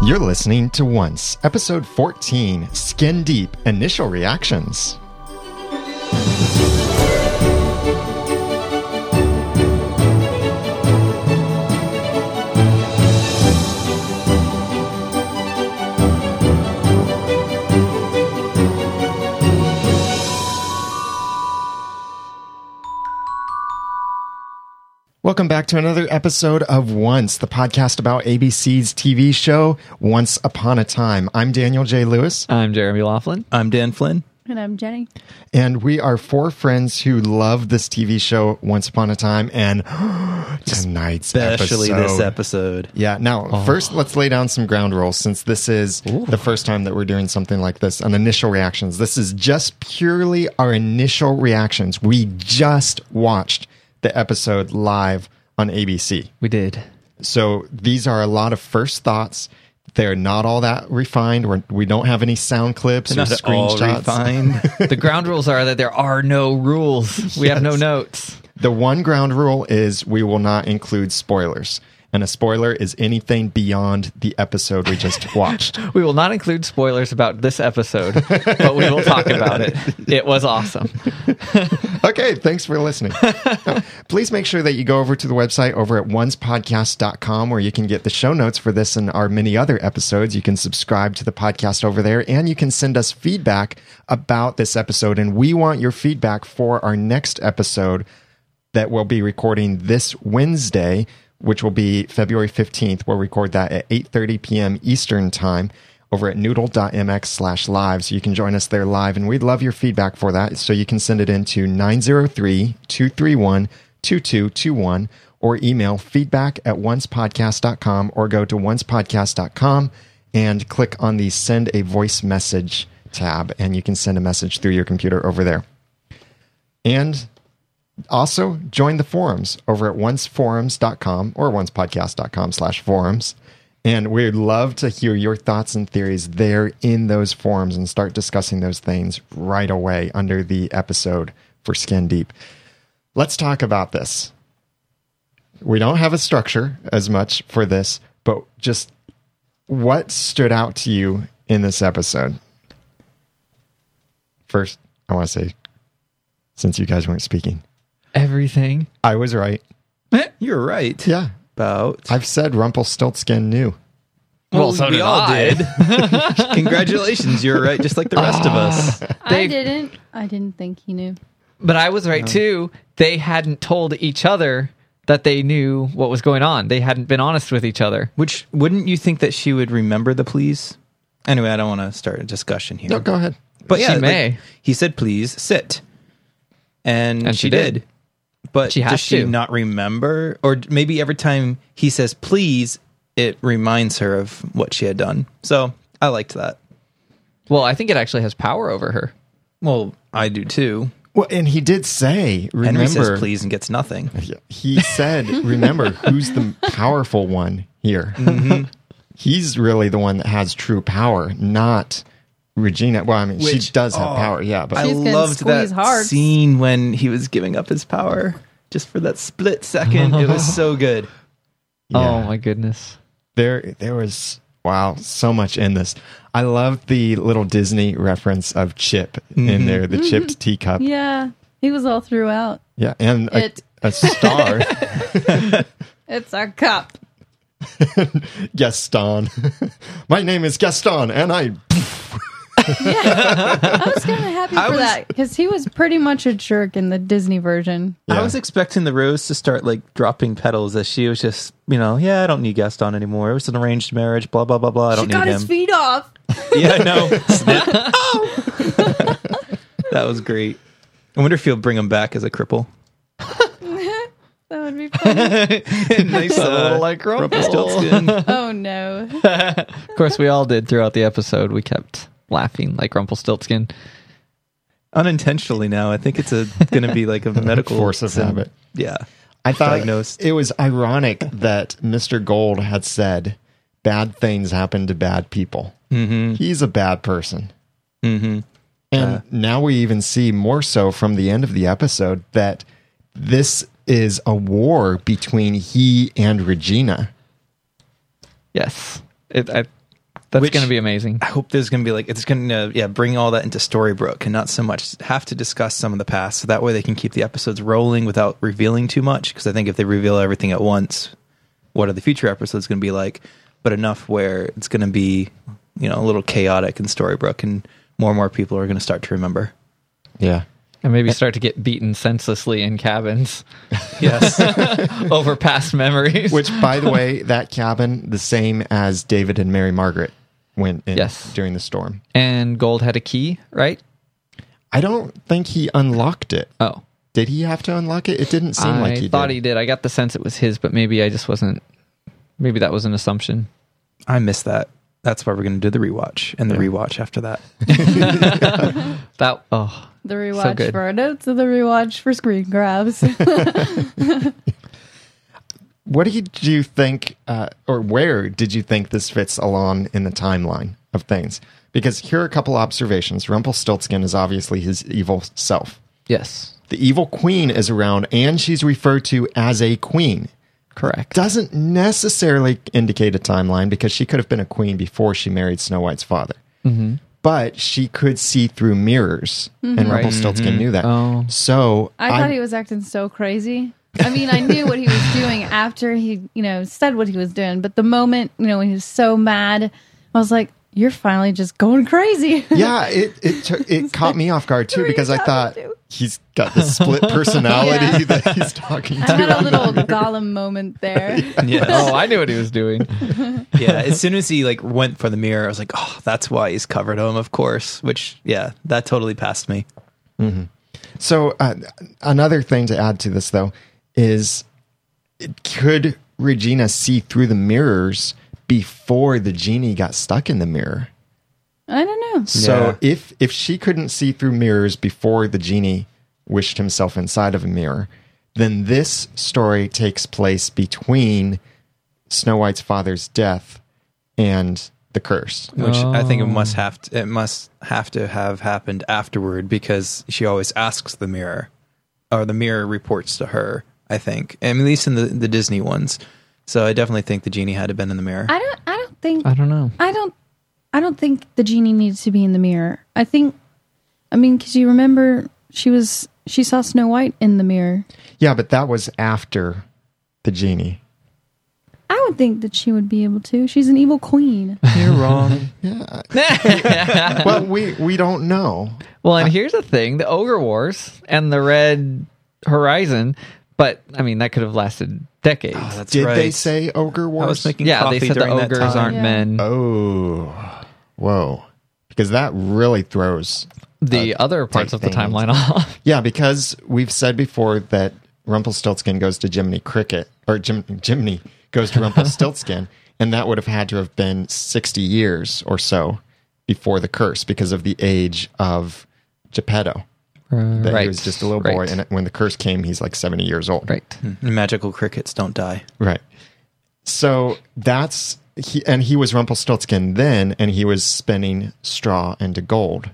You're listening to Once, episode 14 Skin Deep Initial Reactions. Welcome back to another episode of Once, the podcast about ABC's TV show Once Upon a Time. I'm Daniel J. Lewis, I'm Jeremy Laughlin. I'm Dan Flynn. And I'm Jenny. and we are four friends who love this TV show Once Upon a Time and tonight's Especially episode. this episode. Yeah. Now, Oh. first, let's lay down some ground rules since this is the first time that we're doing something like this on initial reactions. This is just purely our initial reactions. We just watched the episode live on ABC. We did. So these are a lot of first thoughts. They're not all that refined. We're, we don't have any sound clips or Not at all screenshots. refined. The ground rules are that there are no rules. We have no notes. The one ground rule is we will not include spoilers. And a spoiler is anything beyond the episode we just watched. We will not include spoilers about this episode, but we will talk about it. It was awesome. Okay, thanks for listening. Please make sure that you go over to the website over at onespodcast.com where you can get the show notes for this and our many other episodes. You can subscribe to the podcast over there and you can send us feedback about this episode. And we want your feedback for our next episode that we'll be recording this Wednesday, which will be February 15th. We'll record that at 8.30 p.m. Eastern Time over at noodle.mx slash live. So you can join us there live, and we'd love your feedback for that. So you can send it in to 903-231-2221 or email feedback at oncepodcast.com or go to oncepodcast.com and click on the send a voice message tab, and you can send a message through your computer over there. And also join the forums over at onceforums.com or oncepodcast.com slash forums and we'd love to hear your thoughts and theories there in those forums and start discussing those things right away under the episode for skin deep let's talk about this we don't have a structure as much for this but just what stood out to you in this episode first i want to say since you guys weren't speaking Everything. I was right. You're right. Yeah. About. I've said Rumpelstiltskin knew. Well, so we did all I. did. Congratulations. You're right, just like the rest of us. I They've- didn't. I didn't think he knew. But I was right too. They hadn't told each other that they knew what was going on. They hadn't been honest with each other. Which, wouldn't you think that she would remember the please? Anyway, I don't want to start a discussion here. No, go ahead. But She yeah, like, may. he said, please sit. And, And she, she did. did. But She has does she to. not remember? Or maybe every time he says please, it reminds her of what she had done. So I liked that. Well, I think it actually has power over her. Well, I do too. Well, and he did say, remember, Henry says please and gets nothing. he said, remember, who's the powerful one here? Mm-hmm. He's really the one that has true power, not Regina. Well, I mean, she Which- does have power, yeah, but I She's gonna loved that squeeze hard. scene when he was giving up his power just for that split second. it was so good. Oh Yeah. my goodness. there there was wow so much in this i love the little disney reference of chip in there the chipped teacup yeah, Yeah, he was all throughout. and a, Mm-hmm. It- a star It's a cup. gaston my name is gaston and i I was kind of happy for was- that because he was pretty much a jerk in the Disney version. Yeah. I was expecting the rose to start like dropping petals as she was just, you know, yeah, I don't need Gaston anymore. It was an arranged marriage, blah blah blah blah. I don't She got need his him. feet off. Yeah, I know. Snip. that was great. I wonder if he'll bring him back as a cripple. That would be funny. nice little like uh, Rumpelstiltskin. oh no! Of course, we all did throughout the episode. We kept laughing like Rumpelstiltskin. Unintentionally now. I think it's a gonna be like a medical force of sim- habit. Yeah. I thought Diagnosed. it was ironic that Mr. Gold had said bad things happen to bad people. Mm-hmm. He's a bad person. Mm-hmm. And now we even see more so from the end of the episode that this is a war between he and Regina. Yes. It, I That's Which- going to be amazing. I hope there's going to be like it's going to yeah bring all that into Storybrooke and not so much have to discuss some of the past so that way they can keep the episodes rolling without revealing too much because I think if they reveal everything at once, what are the future episodes going to be like? But enough where it's going to be you know a little chaotic in Storybrooke and more and more people are going to start to remember. Yeah. And maybe start to get beaten senselessly in cabins Yes, over past memories. Which, by the way, that cabin the same as David and Mary Margaret went in Yes. during the storm. and Gold had a key, right? I don't think he unlocked it. Oh, Did he have to unlock it? It didn't seem I like he thought did. he did. I got the sense it was his, but maybe I just wasn't. Maybe that was an assumption. I miss that. That's why we're going to do the rewatch and the rewatch after that. That oh, The So rewatch good. for our notes and the rewatch for screen grabs. What did you think, uh, or where did you think this fits along in the timeline of things? Because here are a couple observations. Rumpelstiltskin is obviously his evil self. yes, The evil queen is around, and she's referred to as a queen. correct. Doesn't necessarily indicate a timeline because she could have been a queen before she married Snow White's father. Mm-hmm. But she could see through mirrors, and Rumpelstiltskin knew that. Oh. So Mm-hmm. I thought he was acting so crazy. I mean, I knew what he was doing after he, you know, said what he was doing, but the moment, you know, when he was so mad, I was like, "You're finally just going crazy." yeah, it it took- it caught me off guard too Who are you because I talking thought to? he's got the split personality Yeah. that he's talking I had to. a little Gollum moment there. Yes. oh, I knew what he was doing. yeah as soon as he like went for the mirror i was like oh that's why he's covered him of course which yeah that totally passed me So uh, another thing to add to this though is it could Regina see through the mirrors before the genie got stuck in the mirror? I don't know. So Yeah. if if she couldn't see through mirrors before the genie wished himself inside of a mirror, then this story takes place between Snow White's father's death and the curse. which i think it must Oh. have to, it must have to have happened afterward because she always asks the mirror or the mirror reports to her i think and at least in the, the disney ones so i definitely think the genie had to have been in the mirror I don't. I don't think. I don't know. I don't. I don't think the genie needs to be in the mirror. I think. I mean, because you remember she was she saw Snow White in the mirror. Yeah, but that was after the genie. I would think that she would be able to. She's an evil queen. you're wrong well, we we don't know. Well, and here's the thing: the Ogre Wars and the Red Horizon. But I mean, that could have lasted decades. that's Did right they say ogre i wars? was making Oh, yeah, they Oh, coffee said the during that ogres time. aren't Yeah. men. oh, whoa! Because that really throws. the other parts of the thing. timeline off. Yeah, because we've said before that Rumpelstiltskin goes to Jiminy Cricket or Jim, Jiminy goes to Rumpelstiltskin, and that would have had to have been sixty years or so before the curse because of the age of Geppetto. That Uh, right. he was just a little boy, Right. and when the curse came, he's like seventy years old. right. magical crickets don't die Right. So that's he, and he was Rumpelstiltskin then, and he was spinning straw into gold.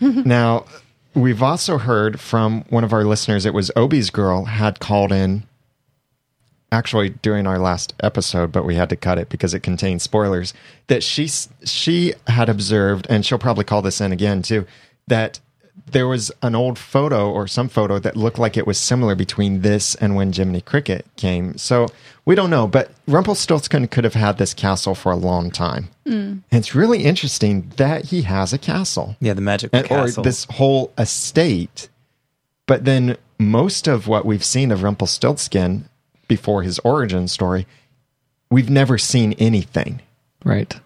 now, we've also heard from one of our listeners. It was Obi's girl had called in. Actually, during our last episode, but we had to cut it because it contained spoilers. That she s- she had observed, and she'll probably call this in again too. That there was an old photo or some photo that looked like it was similar between this and when Jiminy Cricket came. So we don't know, but Rumpelstiltskin could have had this castle for a long time. And it's really interesting that he has a castle yeah the magical and, or castle this whole estate. But then most of what we've seen of Rumpelstiltskin before his origin story, we've never seen anything. Right.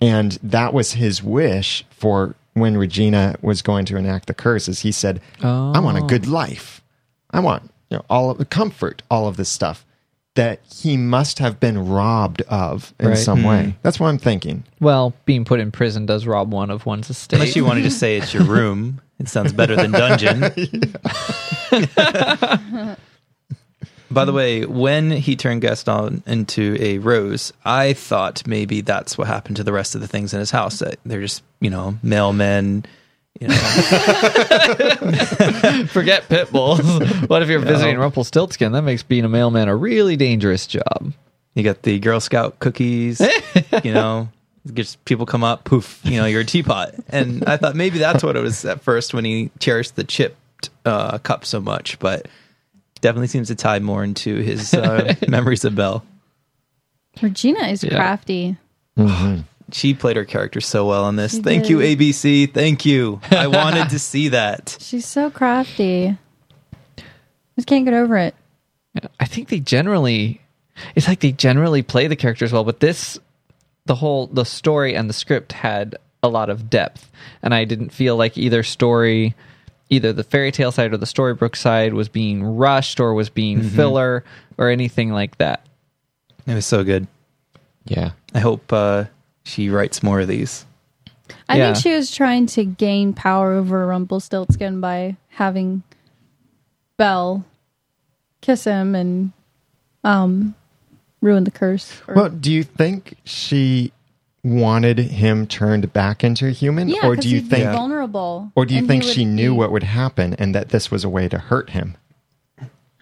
And that was his wish for when Regina was going to enact the curse. Is he said, "I want a good life. I want you know all of the comfort, all of this stuff that he must have been robbed of in Right. some way." That's what I'm thinking. Well, being put in prison does rob one of one's estate. Unless you want to just say it's your room. It sounds better than dungeon. By the way, when he turned Gaston into a rose, I thought maybe that's what happened to the rest of the things in his house. That they're just, you know, mailmen. You know, Forget pit bulls. what if you're visiting Rumpelstiltskin? That makes being a mailman a really dangerous job. you got the Girl Scout cookies, you know, Just people come up, poof, you know, you're a teapot. And I thought maybe that's what it was at first when he cherished the chipped uh, cup so much, but definitely seems to tie more into his uh, memories of Belle. Regina is Yeah. crafty. She played her character so well on this. She Thank did. you, ABC. Thank you. I wanted to see that. She's so crafty. Just can't get over it. I think they generally, it's like they generally play the characters well, but this, the whole, the story and the script had a lot of depth. And I didn't feel like either story, either the fairy tale side or the storybook side was being rushed or was being filler or anything like that. It was so good. Yeah. I hope uh, she writes more of these. I Yeah. think she was trying to gain power over Rumpelstiltskin by having Belle kiss him and um, ruin the curse. Or- Well, do you think she wanted him turned back into a human, yeah, or 'cause do you he'd be think, vulnerable? or do you and he think she would knew be- what would happen and that this was a way to hurt him?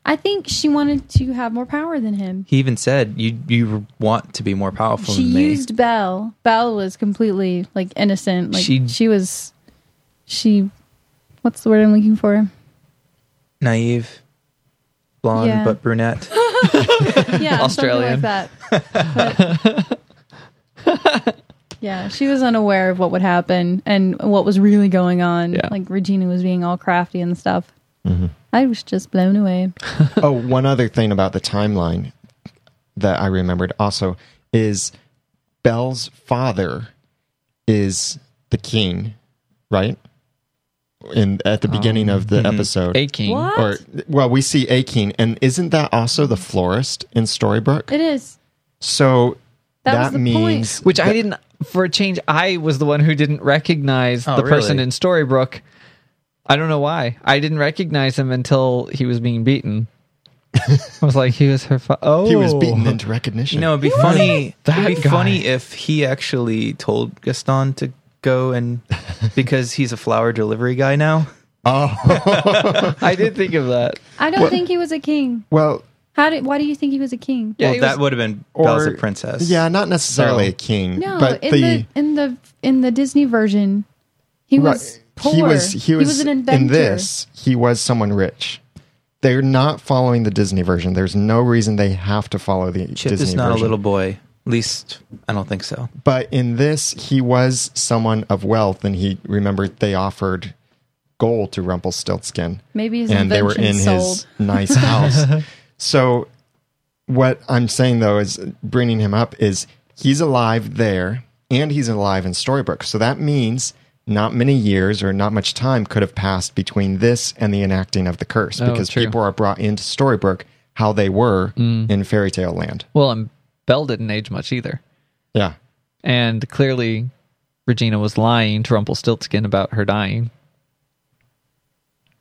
I think she wanted to have more power than him. He even said, "You you want to be more powerful She than me." used Belle. Belle was completely like innocent. Like She- she, was, she, what's the word I'm looking for? Naive, blonde Yeah. but brunette. yeah, Australian. something like that. But- yeah, she was unaware of what would happen and what was really going on. Yeah. Like Regina was being all crafty and stuff. Mm-hmm. I was just blown away. oh, one other thing about the timeline that I remembered also is Belle's father is the king, right? In at the beginning of the episode, A king. What? or well, we see a king, and isn't that also the florist in Storybrooke? It is. So That that, was the point. means Which I didn't, for a change, I was the one who didn't recognize Oh, the person really? in Storybrooke. I don't know why. I didn't recognize him until he was being beaten. I was like, he was her. Fa- oh, he was beaten into recognition. You know, it'd be funny. That it'd be guy. funny if he actually told Gaston to go and because he's a flower delivery guy now. I did think of that. I don't think he was a king. well, How did? Why do you think he was a king? Yeah, well, he that was- would have been or Belle's a princess. Yeah, not necessarily So- a king, No, but in the, the, in the in the Disney version, he was Right. poor. He was he was, an inventor. in this. He was someone rich. They're not following the Disney version. There's no reason they have to follow the Chip Disney is not version. a little boy. At least I don't think so. But in this, he was someone of wealth, and he remembered they offered gold to Rumpelstiltskin, Maybe his and they were in invention sold. his nice house. so, what I'm saying though is bringing him up is he's alive there, and he's alive in Storybrooke. So that means not many years or not much time could have passed between this and the enacting of the curse, Oh, because true. Mm. people are brought into Storybrooke how they were in fairy tale land. Well, and Belle didn't age much either. Yeah. And clearly, Regina was lying to Rumpelstiltskin about her dying.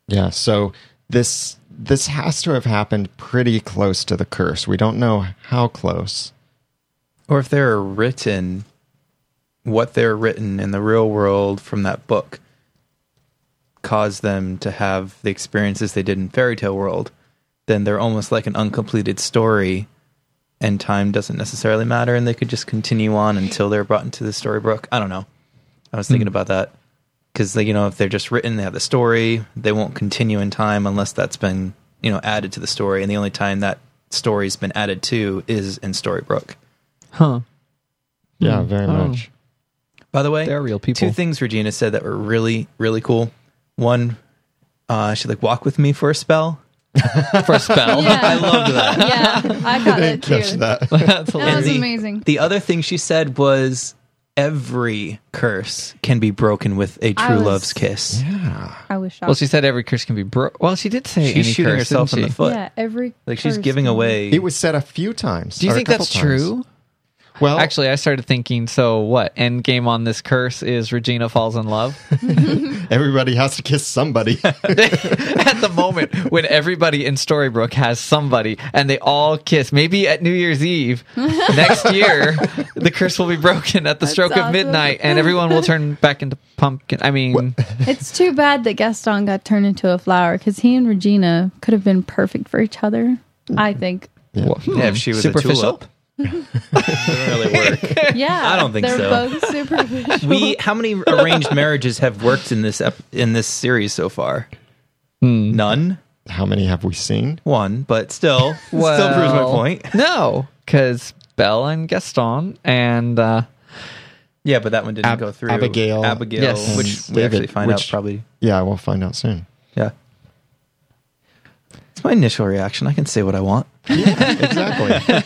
Yeah, so this this has to have happened pretty close to the curse. We don't know how close. Or if they're written, what they're written in the real world from that book caused them to have the experiences they did in fairy tale world, then they're almost like an uncompleted story and time doesn't necessarily matter and they could just continue on until they're brought into the storybook. I don't know. I was thinking about that because you know if they're just written they have the story they won't continue in time unless that's been you know added to the story and the only time that story's been added to is in storybrooke Huh. Yeah, very Oh. much. By the way, They're real people. Two things Regina said that were really, really cool. One, uh, she like walk with me for a spell. For a spell. I Yeah, loved that. yeah, I got it too. Catch that. That's a That little- was the- amazing. The other thing she said was every curse can be broken with a I true was- love's kiss. Yeah. I was shocked. well, she said every curse can be bro. Well, she did say She's any shooting curse, herself in didn't the she? foot. yeah, every Like she's curse giving can- away. It was said a few times. Do you or a think that's couple times. true? Well, actually, Actually, I started thinking. So what? End game on this curse is Regina falls in love. everybody has to kiss somebody. at the moment when everybody in Storybrooke has somebody and they all kiss, maybe at New Year's Eve next year, the curse will be broken at the stroke of awesome. midnight, and everyone will turn back into pumpkin. I mean, It's too bad that Gaston got turned into a flower because he and Regina could have been perfect for each other. I think. yeah, if she was a superficial. tulip. Doesn't really work. Yeah, I don't think they're so. both superficial. we how many arranged marriages have worked in this ep- in this series so far? None. How many have we seen? One, but still, still proves my Well, point. No, because Belle and Gaston and uh, Yeah, but that one didn't Ab- go through. Abigail Abigail, Yes. which and we David, actually find out which- probably. Yeah, we'll find out soon. Yeah. It's my initial reaction. I can say what I want. Exactly.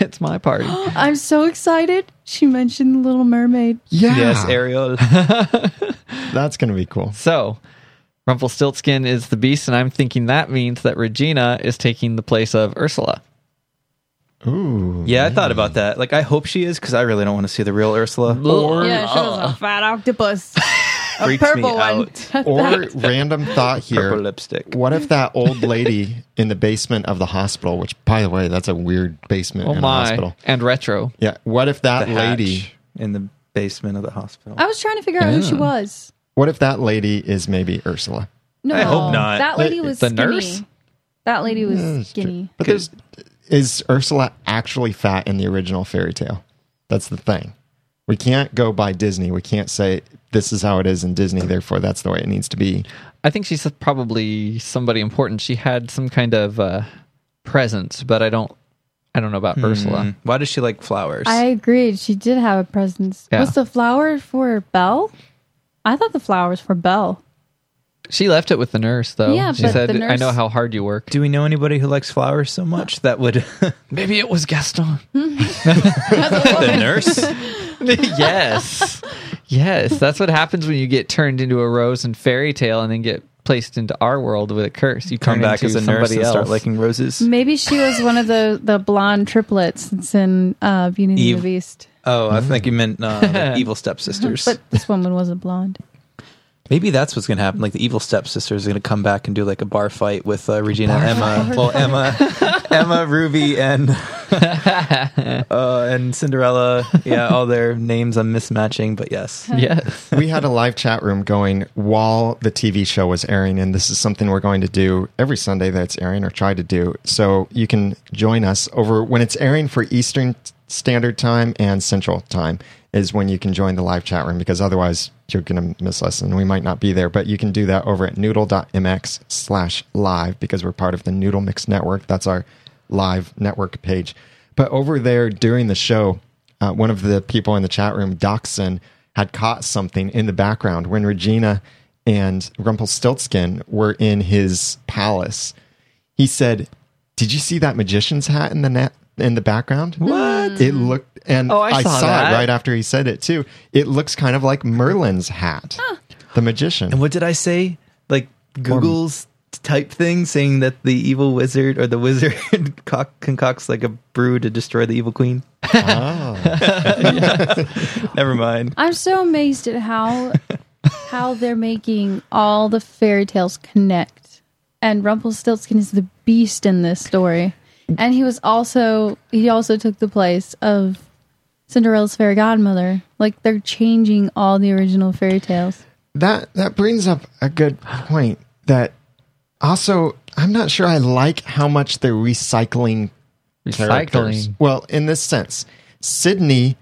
it's my party. I'm so excited. She mentioned Little Mermaid. yeah. Yes, Ariel. That's going to be cool. So, Rumpelstiltskin is the beast, and I'm thinking that means that Regina is taking the place of Ursula. Ooh. Yeah, I thought about that. Like, I hope she is because I really don't want to see the real Ursula. Yeah, she was a fat octopus. A Freaks me purple one. out. Or random thought here. Purple lipstick. What if that old lady in the basement of the hospital, which by the way, that's a weird basement Oh in a my! hospital. And retro. Yeah. What if that The lady hatch in the basement of the hospital. I was trying to figure out who she Yeah. was. what if that lady is maybe Ursula? No, I hope not. That lady was The skinny. nurse? That lady was That's true. skinny. But there's is Ursula actually fat in the original fairy tale? That's the thing. We can't go by Disney. We can't say this is how it is in Disney, therefore that's the way it needs to be. I think she's probably somebody important. She had some kind of uh, presence, but I don't. I don't know about Ursula. Why does she like flowers? I agreed. She did have a presence. Yeah. Was the flower for Belle? I thought the flower was for Belle. She left it with the nurse, though. Yeah, she but said, the "I nurse- know how hard you work." Do we know anybody who likes flowers so much that would Maybe it was Gaston. the nurse? yes, yes, that's what happens when you get turned into a rose in fairy tale and then get placed into our world with a curse. You Come turn back as into a nurse somebody and else. start liking roses. Maybe she was one of the, the blonde triplets that's in uh, Beauty and Eve. the Beast. Oh, I think you meant uh, the evil stepsisters. But this woman wasn't blonde. Maybe that's what's going to happen. Like the evil stepsisters are going to come back and do like a bar fight with uh, Regina, Emma, well, Emma, Emma, Ruby, and uh, and Cinderella. Yeah, all their names I'm mismatching, but yes, yes, we had a live chat room going while the TV show was airing, and this is something we're going to do every Sunday that's airing or try to do. So you can join us over when it's airing for Eastern Standard Time and Central Time is when you can join the live chat room because otherwise you're going to miss us and we might not be there. But you can do that over at noodle.mx slash live because we're part of the Noodle Mix Network. That's our live network page. But over there during the show, uh, one of the people in the chat room, Doxson, had caught something in the background when Regina and Rumpelstiltskin were in his palace. He said, "Did you see that magician's hat in the net?" In the background, what it looked, and Oh, I I, saw saw, that. it right after he said it too. It looks kind of like Merlin's hat, the magician. And what did I say? Like Google's type thing saying that the evil wizard or the wizard concoc- concocts like a brew to destroy the evil queen. Never mind. I'm so amazed at how how they're making all the fairy tales connect. And Rumpelstiltskin is the beast in this story. And he was also he also took the place of Cinderella's fairy godmother. Like they're changing all the original fairy tales. that that brings up a good point that also I'm not sure I like how much they're recycling characters. Recycling. Well, in this sense, Sydney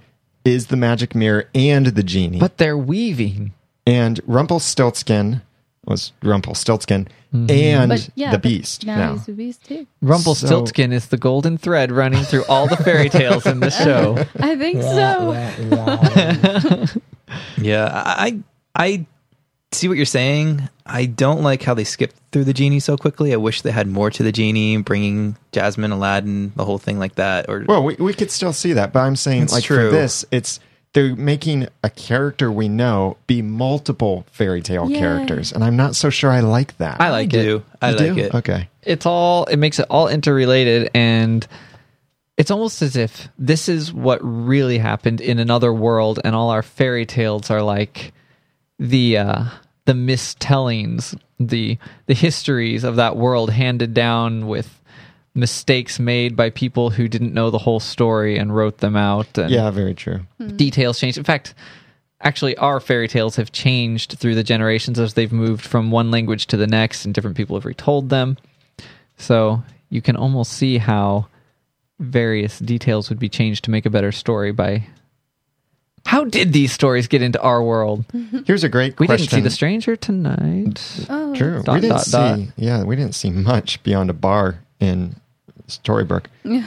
is the magic mirror and the genie, but they're weaving. and Rumpelstiltskin was Rumpelstiltskin Mm-hmm. and But yeah, the but Beast. Now, now. he's the beast too. Rumpelstiltskin is the golden thread running through all the fairy tales in the show. I think so. Yeah, I I see what you're saying. I don't like how they skipped through the genie so quickly. I wish they had more to the genie, bringing Jasmine, Aladdin, the whole thing like that. Or Well, we, we could still see that, but I'm saying It's like true. for this, it's they're making a character we know be multiple fairy tale Yeah. characters, and I'm not so sure I like that. I I like it. do. I You like do? it. Okay. It's all. It makes it all interrelated, and it's almost as if this is what really happened in another world, and all our fairy tales are like the uh, the mistellings, the the histories of that world handed down with mistakes made by people who didn't know the whole story and wrote them out. And Yeah, very true. details changed. In fact, actually, our fairy tales have changed through the generations as they've moved from one language to the next, and different people have retold them. So you can almost see how various details would be changed to make a better story by how did these stories get into our world? Hmm. Mm-hmm. Here's a great We question. didn't see the stranger tonight. Oh, True. Dot, we didn't dot, see. dot. Yeah, we didn't see much beyond a bar in Storybrooke. Yeah.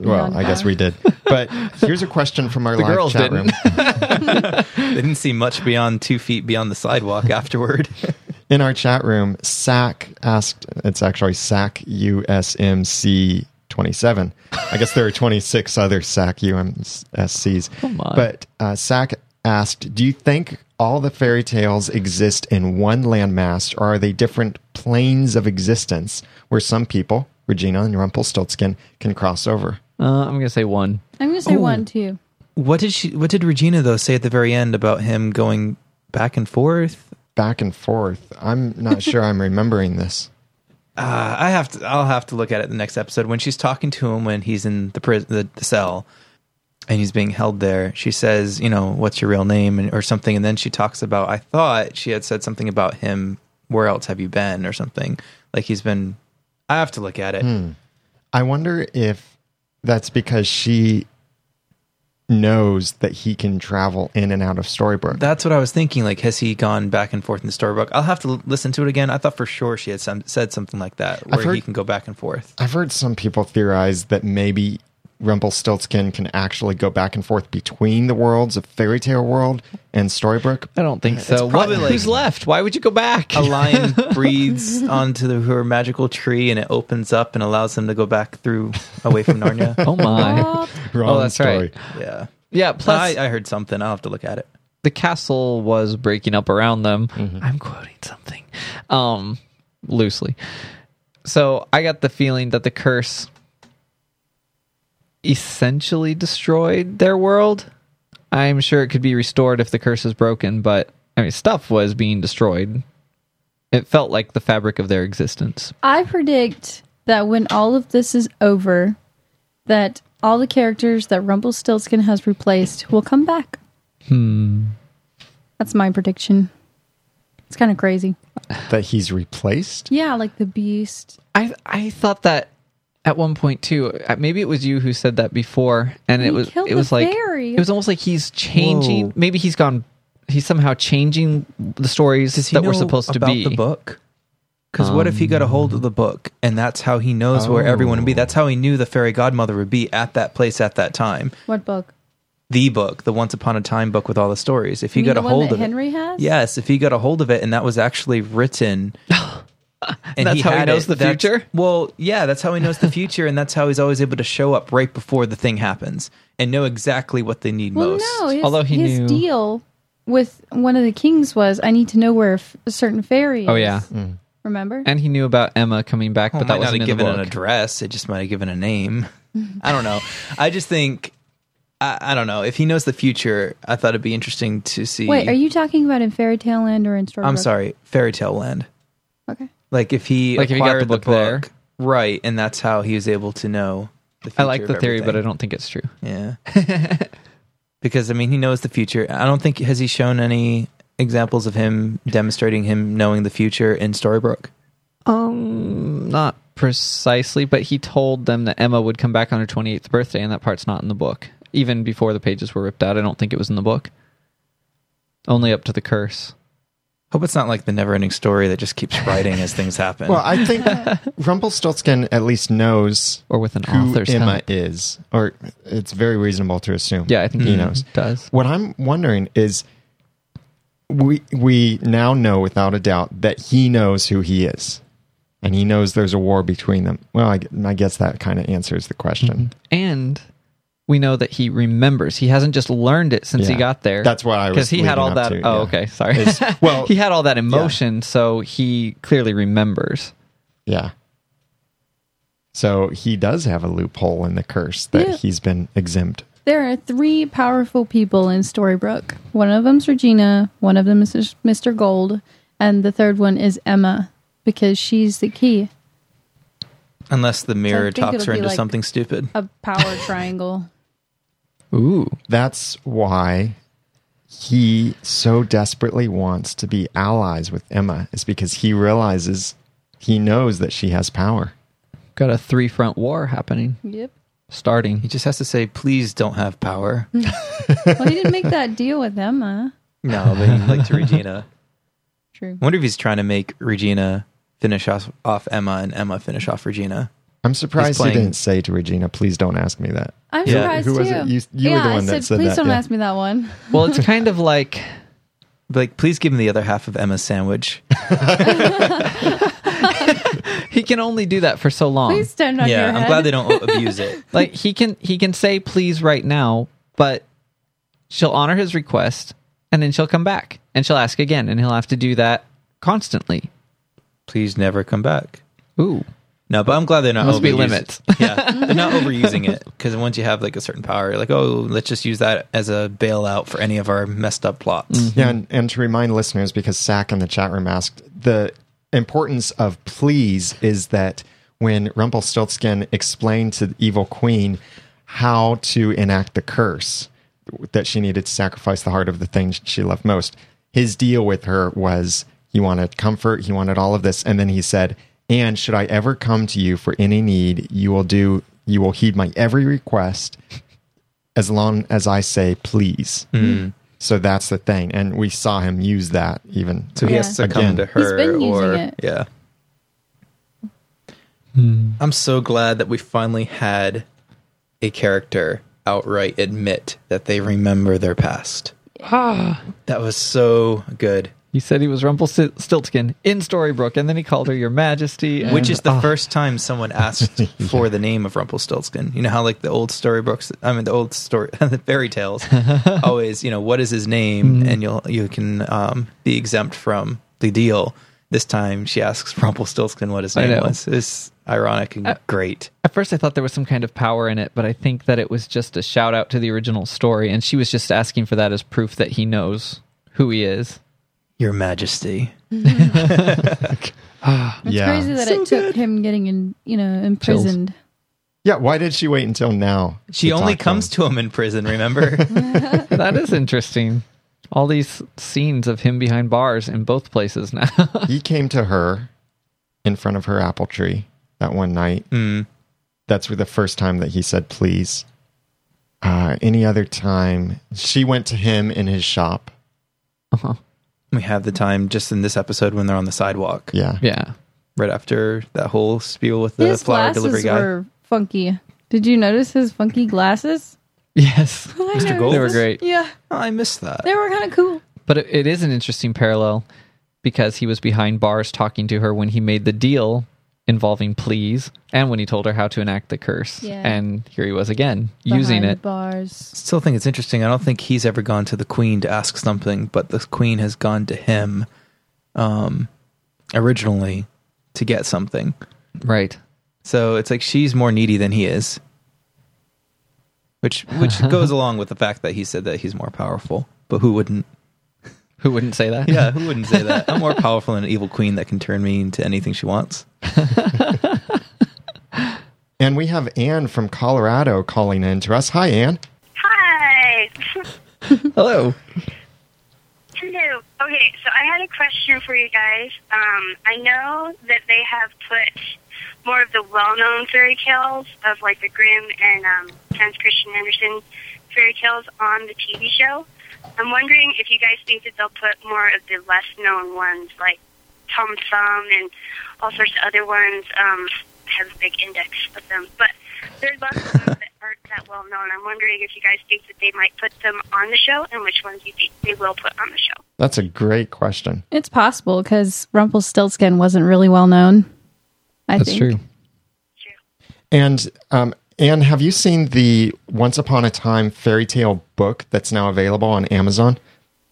Well, Beyond I guess bar. we did. But here's a question from our The live girls chat didn't. room. They didn't see much beyond two feet beyond the sidewalk afterward. In our chat room, SAC asked, it's actually SAC USMC 27. I guess there are 26 other SAC UMSCs. Come on. But uh, SAC asked, do you think all the fairy tales exist in one landmass or are they different planes of existence where some people, Regina and Rumpelstiltskin, can cross over? Uh, I'm gonna say one. I'm gonna say one too. What did she? What did Regina though say at the very end about him going back and forth? Back and forth. I'm not sure I'm remembering this. Uh, I have to. I'll have to look at it the next episode when she's talking to him when he's in the prison, the, the cell, and he's being held there. She says, "You know, what's your real name?" And, or something, and then she talks about. I thought she had said something about him. Where else have you been? Or something like he's been. I have to look at it. Hmm. I wonder if that's because she knows that he can travel in and out of Storybrooke. That's what I was thinking. Like, has he gone back and forth in the storybook? I'll have to l- listen to it again. I thought for sure she had some, said something like that, where he heard- can go back and forth. I've heard some people theorize that maybe Rumpelstiltskin can actually go back and forth between the worlds of fairy tale world and Storybrooke. I don't think so. What, probably like- who's left? Why would you go back? A lion breathes onto the, her magical tree, and it opens up and allows them to go back through away from Narnia. oh my. Oh, Wrong that's right. yeah, Yeah. Plus, I, I heard something. I'll have to look at it. the castle was breaking up around them. I'm quoting something, um, loosely. So I got the feeling that the curse essentially destroyed their world. I'm sure it could be restored if the curse is broken, but I mean, stuff was being destroyed. It felt like the fabric of their existence. I predict that when all of this is over, that all the characters that Rumpelstiltskin has replaced will come back. Hmm. That's my prediction. It's kind of crazy. That he's replaced? Yeah, like the beast. I I thought that at one point too. uh, Maybe it was you who said that before, and He it was killed it was the like fairy. it was almost like he's changing. Whoa. Maybe he's gone. He's somehow changing the stories Does he that know were supposed to about be. the book? Because what if he got a hold of the book, and that's how he knows where everyone would be? That's how he knew the fairy godmother would be at that place at that time. What book? the book, the Once Upon a Time book with all the stories. If he You mean got the a one hold that of Henry it, has? yes, if he got a hold of it, and that was actually written, and That's how he had knows the that's- future? Well, yeah, that's how he knows the future, and that's how he's always able to show up right before the thing happens and know exactly what they need Well, most. no. His, Although he his knew- deal with one of the kings was, I need to know where a, f- a certain fairy. Is. Oh yeah, remember? and he knew about Emma coming back, Well, but that might not wasn't have in the given an book. address. It just might have given a name. I don't know. I just think. I, I don't know. If he knows the future, I thought it'd be interesting to see. Wait, are you talking about in Fairy Tale Land or in Storybrooke? I'm sorry, Fairy Tale Land. Okay. Like if he Like if he got acquired the book there. right? And that's how he was able to know. I The future like of the theory, but I everything. don't think it's true. Yeah, because I mean, he knows the future. I don't think has he shown any examples of him demonstrating him knowing the future in Storybrooke. Um, not precisely, but he told them that Emma would come back on her 28th birthday, and that part's not in the book. Even before the pages were ripped out, I don't think it was in the book. Only up to the curse. Hope it's not like the never-ending story that just keeps writing as things happen. Well, I think Rumpelstiltskin at least knows Or with an who author's Emma help. is, or it's very reasonable to assume. Yeah, I think he he Mm-hmm. knows. does. What I'm wondering is we we now know without a doubt that he knows who he is. And he knows there's a war between them. Well, I, I guess that kind of answers the question. Mm-hmm. And we know that he remembers. He hasn't just learned it since Yeah. he got there. That's what I was Because he leading had all up that. to, oh, yeah. okay. Sorry. It's- well- he had all that emotion, so he clearly remembers. Yeah. So he does have a loophole in the curse that Yeah. he's been exempt. There are three powerful people in Storybrooke. One of them's Regina, one of them is Mr. Gold, and the third one is Emma because she's the key. Unless the mirror think talks it'll her be into like- something stupid. A power triangle. Ooh. That's why he so desperately wants to be allies with Emma, is because he realizes he knows that she has power. Got a three front war happening, Yep. starting. He just has to say, please don't have power. Well, he didn't make that deal with Emma. no, but he'd like to Regina. True. I wonder if he's trying to make Regina finish off, off Emma and Emma finish off Regina. I'm surprised you playing- didn't say to Regina, please don't ask me that. I'm Yeah, surprised who was too. it? You- you were yeah, the one I that said, said please that, don't yeah. ask me that one. Well, it's kind of like Like, please give him the other half of Emma's sandwich. he can only do that for so long. Please stand on Oh. yeah, your head. I'm glad they don't abuse it. Like he can he can say please right now, but she'll honor his request and then she'll come back and she'll ask again and he'll have to do that constantly. Please never come back. Ooh. No, but I'm glad they're not Must be overusing- limits. yeah, they're not overusing it because once you have like a certain power, you're like oh, let's just use that as a bailout for any of our messed up plots. Yeah, and, and to remind listeners, because Sack in the chat room asked, the importance of please is that when Rumpelstiltskin explained to the evil queen how to enact the curse, that she needed to sacrifice the heart of the thing she loved most, his deal with her was he wanted comfort, he wanted all of this, and then he said, "And should I ever come to you for any need, you will do, you will heed my every request." as long as I say please. So that's the thing. And we saw him use that even. So he Yeah. has to Again. come to her He's been using or it. yeah. I'm so glad that we finally had a character outright admit that they remember their past. That was so good. He said he was Rumpelstiltskin in Storybrooke, and then he called her Your Majesty. and- Which is the Ah. first time someone asked for the name of Rumpelstiltskin. You know how like the old storybooks, I mean the old story, the fairy tales, always you know what is his name, Mm. and you'll you can um, be exempt from the deal. This time she asks Rumpelstiltskin what his I name know. Uh, was. It's ironic and great. At first, I thought there was some kind of power in it, but I think that it was just a shout out to the original story, and she was just asking for that as proof that he knows who he is. Your Majesty. It's Yeah. crazy that it took him getting in, you know, imprisoned. yeah, why did she wait until now? She to only talk comes him? to him in prison. Remember? that is interesting. All these scenes of him behind bars in both places now. He came to her in front of her apple tree that one night. That's where the first time that he said please. Uh, any other time, she went to him in his shop. uh-huh. we have the time just in this episode when they're on the sidewalk, Yeah. Yeah. right after that whole spiel with the his flower glasses delivery guy. were funky. Did you notice his funky glasses? Yes. I Mr. noticed Gold? They were it. great. Yeah, Oh, I missed that. they were kind of cool. But it, it is an interesting parallel because he was behind bars talking to her when he made the deal involving please and when he told her how to enact the curse. Yeah. And here he was again using Behind the it. bars. still think it's interesting. I don't think he's ever gone to the queen to ask something, but the queen has gone to him um, originally to get something. Right. So it's like she's more needy than he is, which which goes along with the fact that he said that he's more powerful. But who wouldn't? Who wouldn't say that? Yeah, who wouldn't say that? I'm more powerful than an evil queen that can turn me into anything she wants. And we have Anne from Colorado calling in to us. Hi, Anne. Hi. Hello. Hello. Okay, so I had a question for you guys. Um, I know that they have put more of the well-known fairy tales of like the Grimm and um, Hans Christian Andersen fairy tales on the TV show. I'm wondering if you guys think that they'll put more of the less-known ones like Tom Thumb and all sorts of other ones. Um, I have a big index of them, but there's lots of ones that aren't that well known. I'm wondering if you guys think that they might put them on the show, and which ones you think they will put on the show. That's a great question. It's possible because Rumpelstiltskin wasn't really well known. I That's think. true. And um, Anne, have you seen the Once Upon a Time fairy tale book that's now available on Amazon?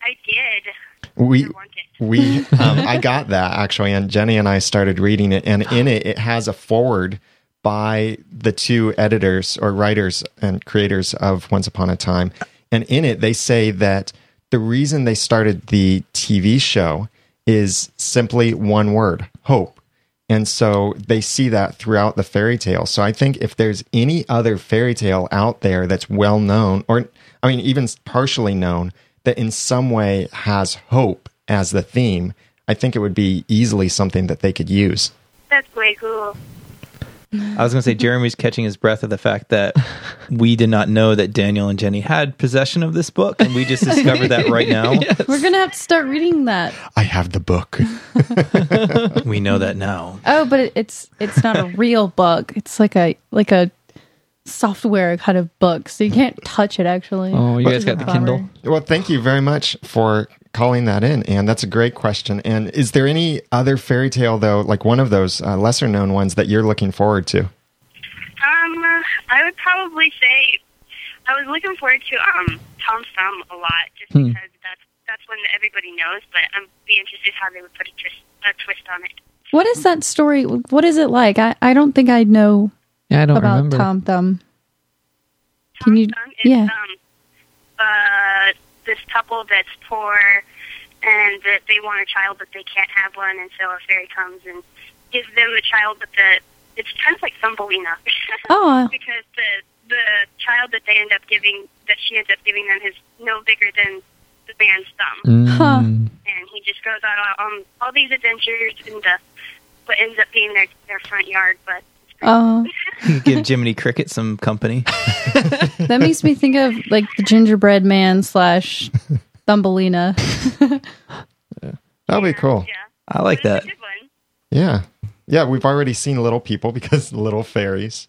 I did. We I want it. we um, I got that actually, and Jenny and I started reading it, and in it it has a forward by the two editors or writers and creators of Once Upon a Time, and in it they say that the reason they started the TV show is simply one word: hope. And so they see that throughout the fairy tale. So I think if there's any other fairy tale out there that's well known, or I mean, even partially known, that in some way has hope as the theme, I think it would be easily something that they could use. That's way cool. I was going to say Jeremy's catching his breath at the fact that we did not know that Daniel and Jenny had possession of this book, and we just discovered that right now. We're gonna have to start reading that. I have the book. We know that now. Oh, but it, it's it's not a real book. It's like a like a software kind of book, so you can't touch it actually. Oh, you Which guys is a got the bummer. Kindle? Well, thank you very much for calling that in, and that's a great question. And is there any other fairy tale though, like one of those uh, lesser known ones that you're looking forward to? Um, I would probably say I was looking forward to um Tom's Thumb a lot, just because that's that's one that everybody knows. But I'm be interested how they would put a twist a twist on it. What is that story? What is it like? I, I don't think I know Yeah, I don't about remember. Tom Thumb. Can Tom's you- Thumb is yeah. um uh this couple that's poor and that they want a child but they can't have one, and so a fairy comes and gives them a child, but the it's kind of like Thumbelina. Oh, because the the child that they end up giving that she ends up giving them is no bigger than the man's thumb, huh. Hmm. and he just goes out on all these adventures and uh, what ends up being their their front yard. But Oh, Give Jiminy Cricket some company. that makes me think of like the gingerbread man slash Thumbelina. That'll be cool. yeah, I like But that. it's a good one. Yeah. Yeah, we've already seen little people because little fairies.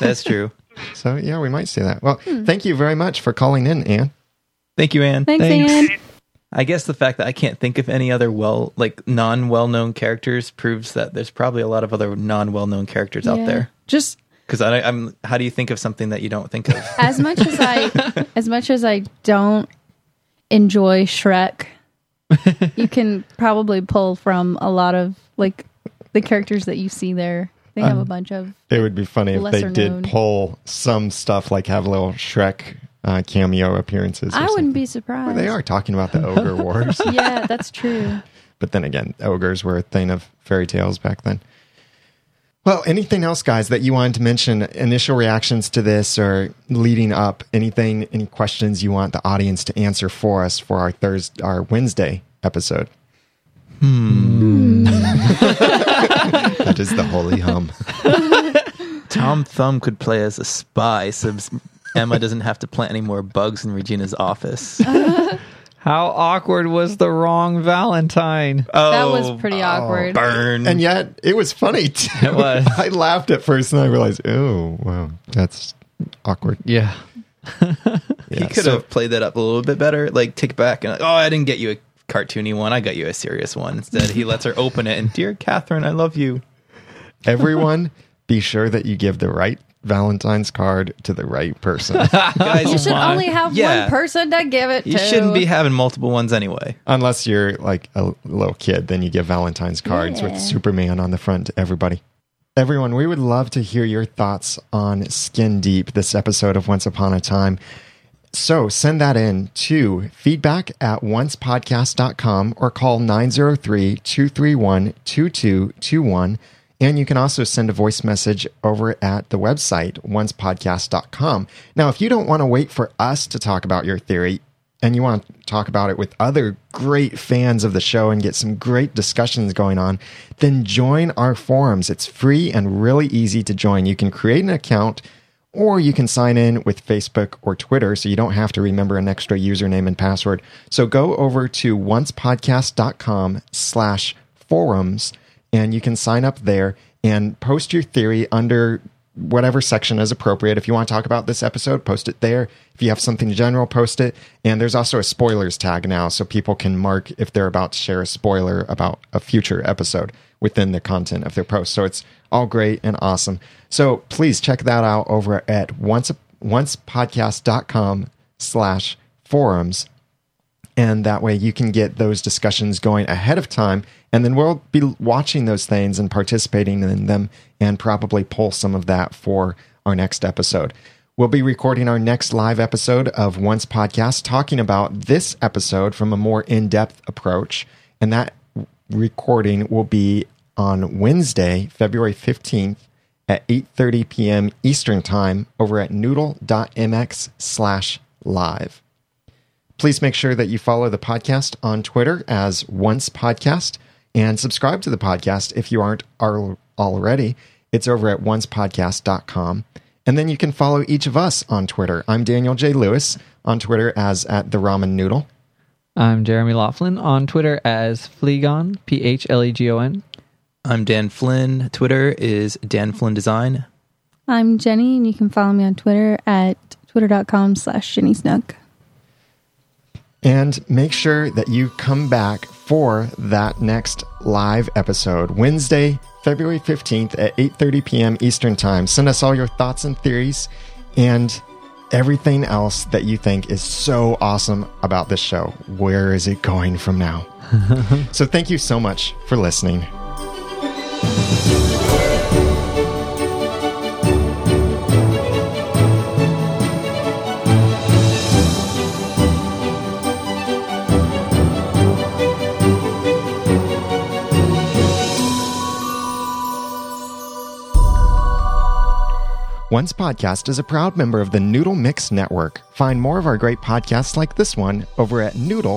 That's true. So yeah, we might see that. Well, Hmm. thank you very much for calling in, Anne. Thank you, Anne. Thanks, Thanks. Anne. I guess the fact that I can't think of any other well, like non well known characters proves that there's probably a lot of other non well known characters Yeah. out there. Just Because I'm, how do you think of something that you don't think of? as much as I as much as I don't enjoy Shrek, you can probably pull from a lot of like the characters that you see there. They have Um, a bunch of It would be funny if they Lesser did known. pull some stuff, like have little Shrek uh, cameo appearances. Or I something. wouldn't be surprised. They are talking about the ogre wars, Yeah, that's true. but then again, ogres were a thing of fairy tales back then. Well, anything else, guys, that you wanted to mention? Initial reactions to this, or leading up? Anything? Any questions you want the audience to answer for us for our Thursday, our Wednesday episode? Hmm. that is the holy hum. Tom Thumb could play as a spy, so Emma doesn't have to plant any more bugs in Regina's office. How awkward was the wrong Valentine? Oh, That was pretty awkward. burn. And yet, it was funny too. It was. I laughed at first, and I realized, oh, wow, that's awkward. Yeah. Yeah, he could so- have played that up a little bit better. Like, take back and like, oh, I didn't get you a cartoony one. I got you a serious one. Instead, he lets her open it and, dear Catherine, I love you. Everyone, be sure that you give the right Valentine's card to the right person, Guys, You should only have Yeah. one person to give it You to. shouldn't be having multiple ones anyway. unless you're like a little kid. Then you give Valentine's cards Yeah. with Superman on the front to everybody. Everyone, we would love to hear your thoughts on Skin Deep, this episode of Once Upon a Time. So send that in to feedback at oncepodcast.com or call 903 231 2221. And you can also send a voice message over at the website, oncepodcast.com. Now, if you don't want to wait for us to talk about your theory and you want to talk about it with other great fans of the show and get some great discussions going on, then join our forums. It's free and really easy to join. You can create an account or you can sign in with Facebook or Twitter so you don't have to remember an extra username and password. So go over to oncepodcast.com slash forums and you can sign up there and post your theory under whatever section is appropriate. If you want to talk about this episode, post it there. If you have something general, post it. And there's also a spoilers tag now so people can mark if they're about to share a spoiler about a future episode within the content of their post. So it's all great and awesome. So please check that out over at once oncepodcast.com slash forums and that way you can get those discussions going ahead of time and then we'll be watching those things and participating in them and probably pull some of that for our next episode we'll be recording our next live episode of once podcast talking about this episode from a more in-depth approach and that recording will be on wednesday february 15th at 8.30 p.m eastern time over at noodle.mx slash live Please make sure that you follow the podcast on Twitter as Once Podcast and subscribe to the podcast if you aren't al- already. It's over at oncepodcast.com. And then you can follow each of us on Twitter. I'm Daniel J. Lewis on Twitter as at the ramen noodle. I'm Jeremy Laughlin on Twitter as Flegon, P H L E G O N. I'm Dan Flynn. Twitter is Dan Flynn Design. I'm Jenny, and you can follow me on Twitter at twitter.com slash Jenny Snook. And make sure that you come back for that next live episode, Wednesday, February 15th at 8:30 p.m. Eastern Time. Send us all your thoughts and theories and everything else that you think is so awesome about this show. Where is it going from now? so thank you so much for listening. Once Podcast is a proud member of the Noodle Mix Network. Find more of our great podcasts like this one over at noodle.mx.